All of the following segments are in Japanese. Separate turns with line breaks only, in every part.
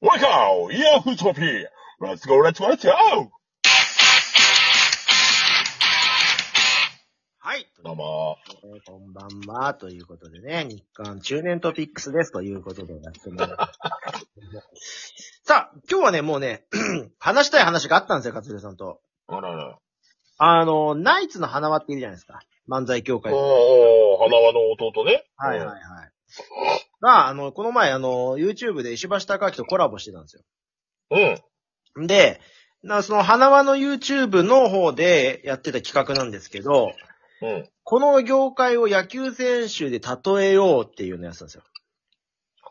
ワカオイヤーフトピー !Let's go, let's, let's go!
はい。
どうも。
えーこんばんは、ということでね、日刊中年トピックスです、ということでやってもらい ます。さあ、今日はね、もうね、 話したい話があったんですよ、勝つさんと。
あらら。
あの、ナイツの花輪っているじゃないですか。漫才協
お
会。
ー
はい
おー、花輪の弟ね。
はいはい
い。。
が、あの、この前、あの、YouTube で石橋貴明とコラボしてたんですよ。
うん。
で、なその花輪の YouTube の方でやってた企画なんですけど、
うん。
この業界を野球選手で例えようっていうのやつなんですよ。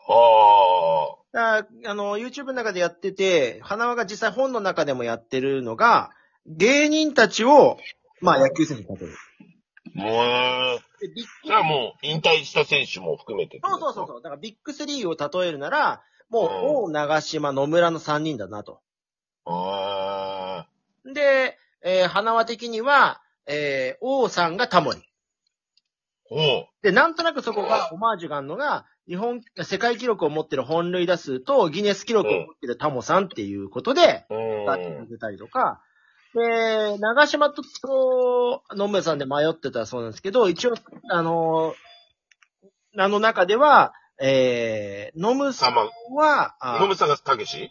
あ
だからあの、YouTube の中でやってて、花輪が実際本の中でもやってるのが、芸人たちを、まあ野球選手に例える。
ー。もう、
でビッグ
じゃあもう、引退した選手も含めて。
そうそうそうそう。だからビッグスリーを例えるなら、もう
うん、
王、長島、野村の3人だなと。
う。あ
で、えー花輪的には、えー王さんがタモリ。
ー。うん。
で、なんとなくそこが、オマージュがあるのが、日本、世界記録を持ってる本塁打数と、ギネス記録を持ってるタモさんっていうことで、
うん。
さっきさせたりとか、で、長島と、と野村さんで迷ってたそうなんですけど、一応、あのー、あの中では、えー、野村さんは、あー
野村さんがたけし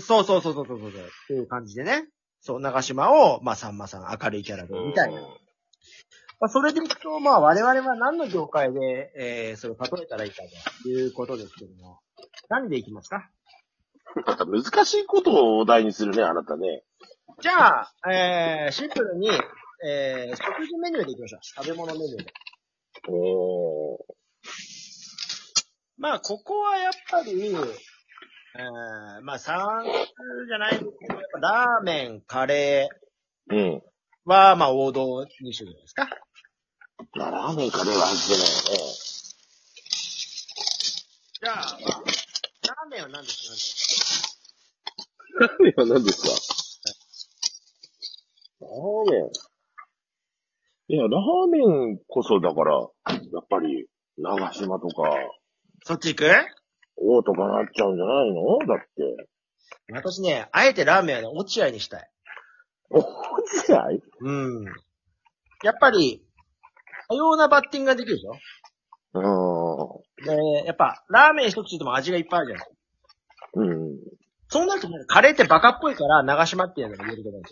そうそうそうそうそうそう。っていう感じでね。そう、長島を、まあ、さんまさん、明るいキャラで、みたいな。
うん
まあ、それでいくと、まあ、我々は何の業界で、えー、それを例えたらいいかということですけども。何でいきますか
また難しいことをお題にするね、あなたね。
じゃあ、えー、シンプルに、えー、食事メニューでいきましょう。食べ物メニューで。
おー
まあ、ここはやっぱり、えー、まあ、三つじゃないですけど、やっぱラーメン、カレ
うん。
ーは、まあ、王道2種類ですか。
まあ、ラーメンカレーは外せないよね。
じゃあ、まあ、ラーメンは何ですか
ラーメンは何ですかラーメン。いや、ラーメンこそだから、やっぱり、長島とか、
そっち行く
王とかなっちゃうんじゃないのだって。
私ね、あえてラーメンはね、落合にしたい。
お落合
うん。やっぱり、多様なバッティングができるでしょ
う
で、やっぱ、ラーメン一口でも味がいっぱいあるじゃない
ーん。うん。
そうなるとね、カレーってバカっぽいから、長島っていうのが言えることなんで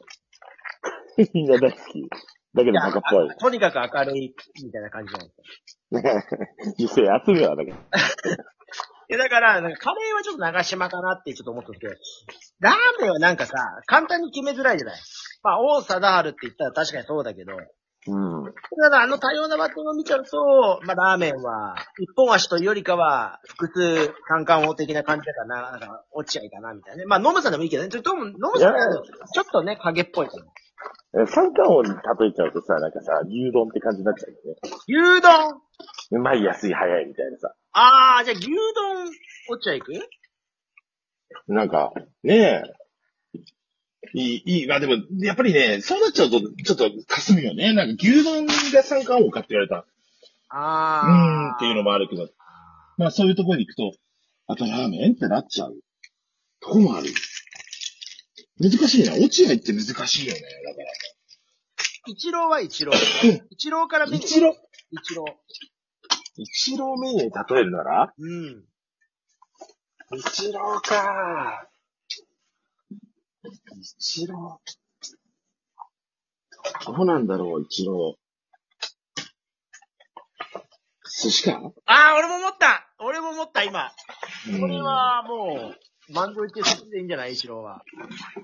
すよ。
みんな大好き。だけどバカっぽい。
とにかく明るい、みたいな感じじゃないですか。
実際集めはだけど。
いや、だから、なんかカレーはちょっと長島かなってちょっと思ってて、ラーメンはなんかさ、簡単に決めづらいじゃないまあ、王貞治って言ったら確かにそうだけど、
うん。
ただ、あの多様なバッティングを見ちゃうと、まあ、ラーメンは、一本足というよりかは、複数、三冠王的な感じだからな、なんか、落合かな、みたいなね。まあ、ノムさんでもいいけどね。ちょっと、ノムさん
いや
ちょっとね、影っぽいかも。
え三冠王に例えちゃうとさ、なんかさ、牛丼って感じになっちゃうよね。
牛丼
うまい、安い、早いみたいなさ。
あー、じゃあ牛丼、落合行く
なんか、ねえ。
いい、いい。まあでも、やっぱりね、そうなっちゃうと、ちょっと、霞むよね。なんか、牛丼が三冠王かって言われたらうーん
あー。
っていうのもあるけど、まあそういうところに行くと、あとラーメンってなっちゃう。とこもある。難しいな。落合って難しいよね。だか
一郎は 一郎。一郎から
ら。
見
一郎。
一郎。
一郎メニューに例えるなら
うん。
一郎か一郎。どうなんだろう、一郎。寿司か
あー、俺も思った俺も思った、今。
うん
これは、もう、満足いってすでいいんじゃない一郎は。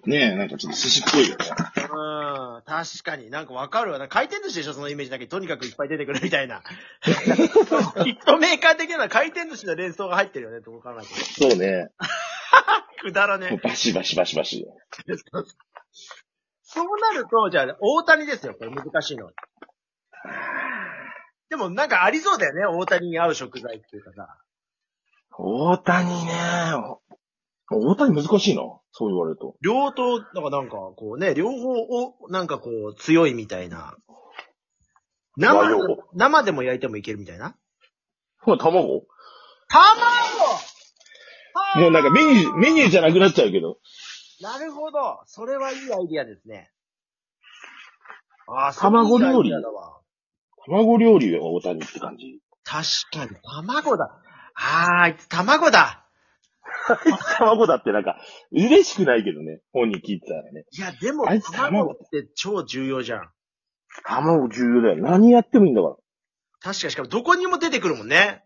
ねえ、なんかちょっと寿司っぽいよね。
うん、確かに。なんかわかるわな。回転寿司でしょそのイメージだけとにかくいっぱい出てくるみたい な。ヒットメーカー的な回転寿司の連想が入ってるよね、とこからないと。
そうね。
くだら
もう
ね。
バシバシバシバシ。
そうなると、じゃあ、大谷ですよ、これ難しいのは。でもなんかありそうだよね、大谷に合う食材っていうかさ。
大谷ね。大谷難しいな。そう言われると。
両党、なんかなんか、こうね、両方を、なんかこう、強いみたいな。生
和洋、
生でも焼いてもいけるみたいな。
ほら、卵
卵
もうなんかメニュー、メニューじゃなくなっちゃうけど。
なるほど。それはいいアイディアですね。ああ、
卵料理
それいいアイディアだわ。
卵料理は大谷って感じ。
確かに、卵だ。あー、あいつ卵だ。
卵だってなんか、嬉しくないけどね。本に聞いてたらね。
いや、でも、
あいつ卵
卵って超重要じゃん。
卵重要だよ。何やってもいいんだか
確かに、しかもどこにも出てくるもんね。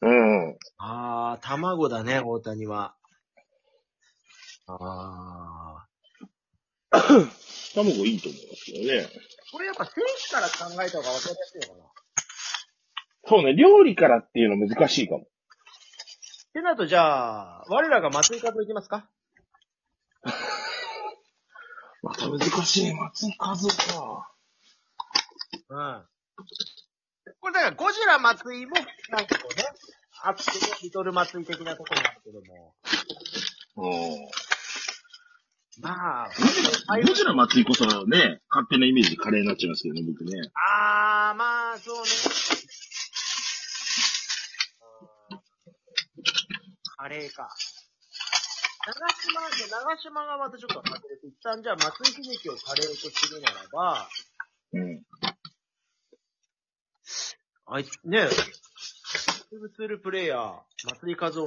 ら。うん。
あー、卵だね、大谷は。あ
卵いいと思いますけどね。
ー。これやっぱ選手から考えた方が分かりやすいのかな。っ
そうね、料理からっていうの難しいかも。
てなると、じゃあ、我らが松井和夫いきますか
また難しい。松井和夫か。
うん。これだから、ゴジラ松井も、なんかこうね、あって、リトル松井的なところなんだけども。
うん。
まあ、
ゴジラ松井こそね、勝手なイメージカレーになっちゃいますけどね、僕ね。
あー、まあ、そうね。カレーか。長島、じゃあ長島がまたちょっと外れて、一旦じゃあ松井秀喜をカレーとするならば、
うん。
あいつ、ねえ、ブツールプレイヤー、松井和夫の、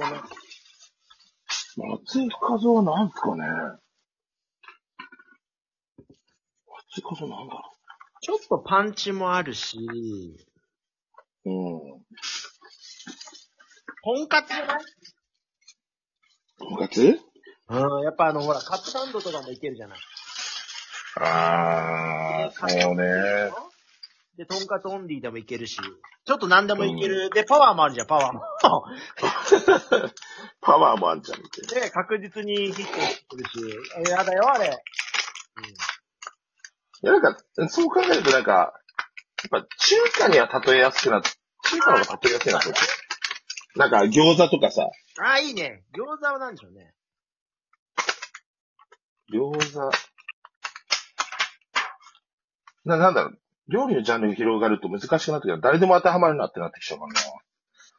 松井和夫はなんすかね松井和夫なんだろ
ちょっとパンチもあるし、
う。
とんかつじゃない
うん。とんかつ
うん、やっぱあの、ほら、カツサンドとかもいけるじゃない。
あ
カツサンド。で、トンカツオンリーでもいけるし、ちょっと何でもいける。で、パワーもあるじゃん、パワーも。
パワーもあんちゃんみたい
で、確実にヒットしてるし、えやだよ、あれ。う
な。いや、なんか、そう考えるとなんか、やっぱ中華には例えやすくなっ中華の方が例えやすいなと思って。なんか餃子とかさ、
ん、ああ、いいね。餃子はなんでしょうね。
餃子。な、なんだろう。料理のジャンルが広がると難しくなってくる。誰でも当てはまるなってなってきちゃうからな。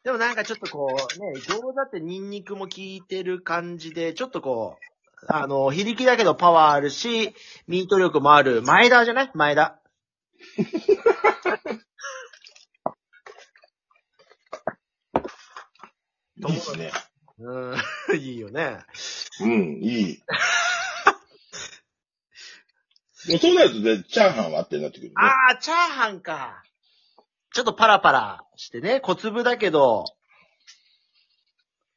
でもなんかちょっとこう、ね、餃子ってニンニクも効いてる感じで、ちょっとこう、あの、非力だけどパワーあるし、ミート力もある。前田じゃない前田。
いいっすね。
うん、 いいよね。
うん、いい。
でもそうなると、でチャーハンはあってなってくるね。
ああ、チャーハンか。ちょっとパラパラしてね、小粒だけど、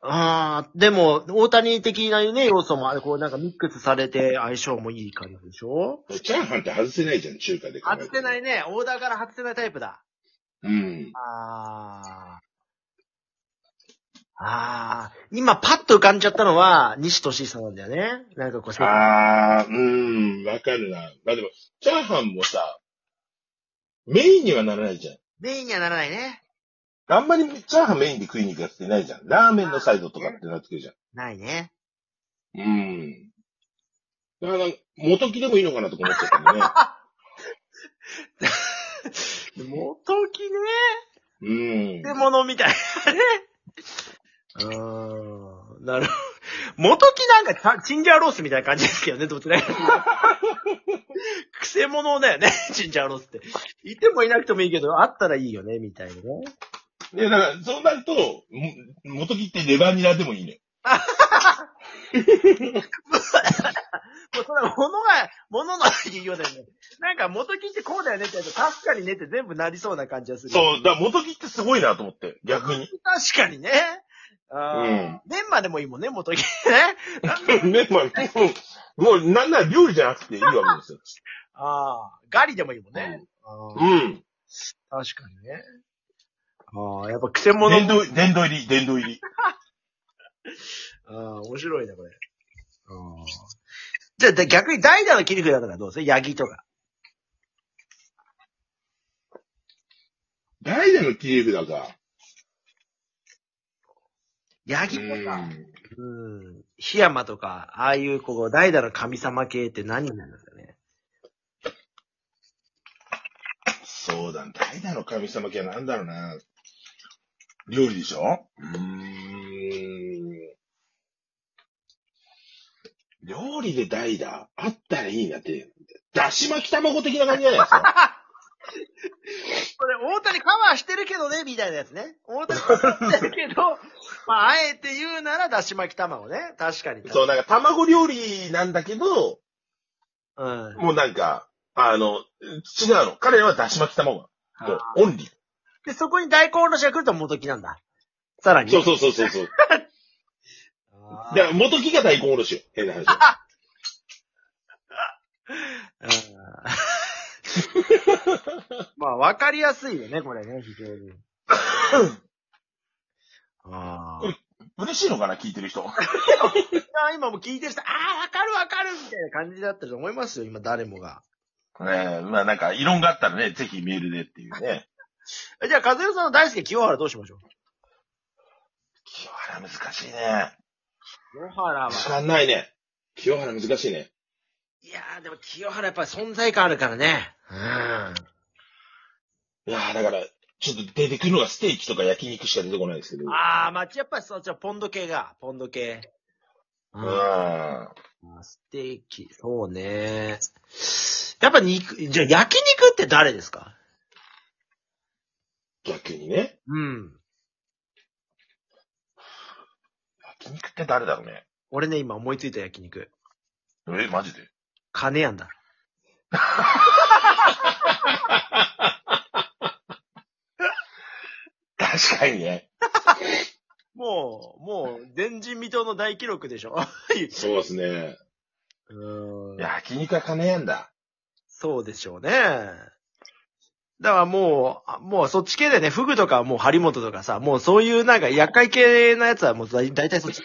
ああ、でも、大谷的なね、要素もある、こうなんかミックスされて相性もいい感じでしょ
チャーハンって外せないじゃん、中華で考え。
外せないいね、オーダーから外せないタイプだ。
うん。
ああ。ああ、今パッと浮かんじゃったのは、西俊さんなんだよね。なんかこう、
あー、うん、わかるな。まあでも、チャーハンもさ、メインにはならないじゃん。
メインにはならないね。
あんまりチャーハンメインで食いに行くやつってないじゃん。ラーメンのサイドとかってなってくるじゃん。
ないね。
うん。だから、元木でもいいのかなとか思っちゃったもんね。
元木ね。
うん。
漬物みたいなね。うーん。なるほど。元木なんかたチンジャーロースみたいな感じですけどね、どちらかというと。くせ者だよね、チンジャーロースって。いてもいなくてもいいけど、あったらいいよね、みたいなね。
いや、だから、そうなると、も元木ってレバニラでもいいね。
もうそれは物が、物の言いようだよね。なんか元木ってこうだよねってやると、確かにねって全部なりそうな感じがする。
そう、だから元木ってすごいなと思って、逆に。
確かにね。あ
う
ー
ん
メンマでもいいもんね、元木ね。
ね、まあ、もう、もうなんなら料理じゃなくていいわけですよ。
ああ、ガリでもいいもんね。あー
うん。
確かにね。ああ、やっぱクセモノ。
殿堂、殿堂入り、殿堂入り。
ああ、面白いね、これ。ああ。じゃあ、で逆に代打の切り札とかどうするヤギとか。
代打の切り札か。
ヤギ
う
とか、
ん。
うん。檜山とか、ああいう、こう、代打の神様系って何になるんですかね。
そうだ、代打の神様系はなんだろうな。料理でしょうーん。
料理で代打、あったらいいなって。だし巻き卵的な感じじゃないです か。
これ、大谷カバーしてるけどね、みたいなやつね。大谷カバーしてる けど、まあ、あえて言うなら、だし巻き卵ね。確かに。
そう、なんか卵料理なんだけど、
うん。
もうなんか、あの、違うの。彼らはだし巻き卵なの。もうオンリー。
で、そこに大根おろしが来ると元木なんだ。さらに。
そうそうそうそうそう。
あ
だ
ー
から元木が大根おろしよ。変な話。
うん まあ、わかりやすいよね、これね、非常に。ああ。
嬉しいのかな聞いてる 人。
今も聞いてる人、ああ、わかるわかるみたいな感じだったと思いますよ、今誰もが。
ねえ、まあなんか、異論があったらね、ぜひメールでっていうね。
えじゃあ、和代さんの大好き清原どうしましょう
清原難しいね。
清原は。
わかんないね。清原難しいね。
いやー、でも清原やっぱり存在感あるからね。うん。
いやーだから、ちょっと出てくるのがステーキとか焼肉しか出てこないですけど。う
ああ、まあ、やっぱりそう、じゃあポンド系が、ポンド系。うん
ん。
ステーキ、そうね。やっぱ肉、じゃあ焼肉って誰ですか
逆にね。
うん。
焼肉って誰だろうね。
俺ね、今思いついた焼肉。
え、マジで
金やんだ。
確かにね。
もう、もう、前人未到の大記録でしょ。
そうですね。
うーん。
焼肉は金やんだ。
そうでしょうね。だからもうあ、もうそっち系でね、フグとかはもう張本とかさ、もうそういうなんか厄介系なやつはもうだい大体そっち。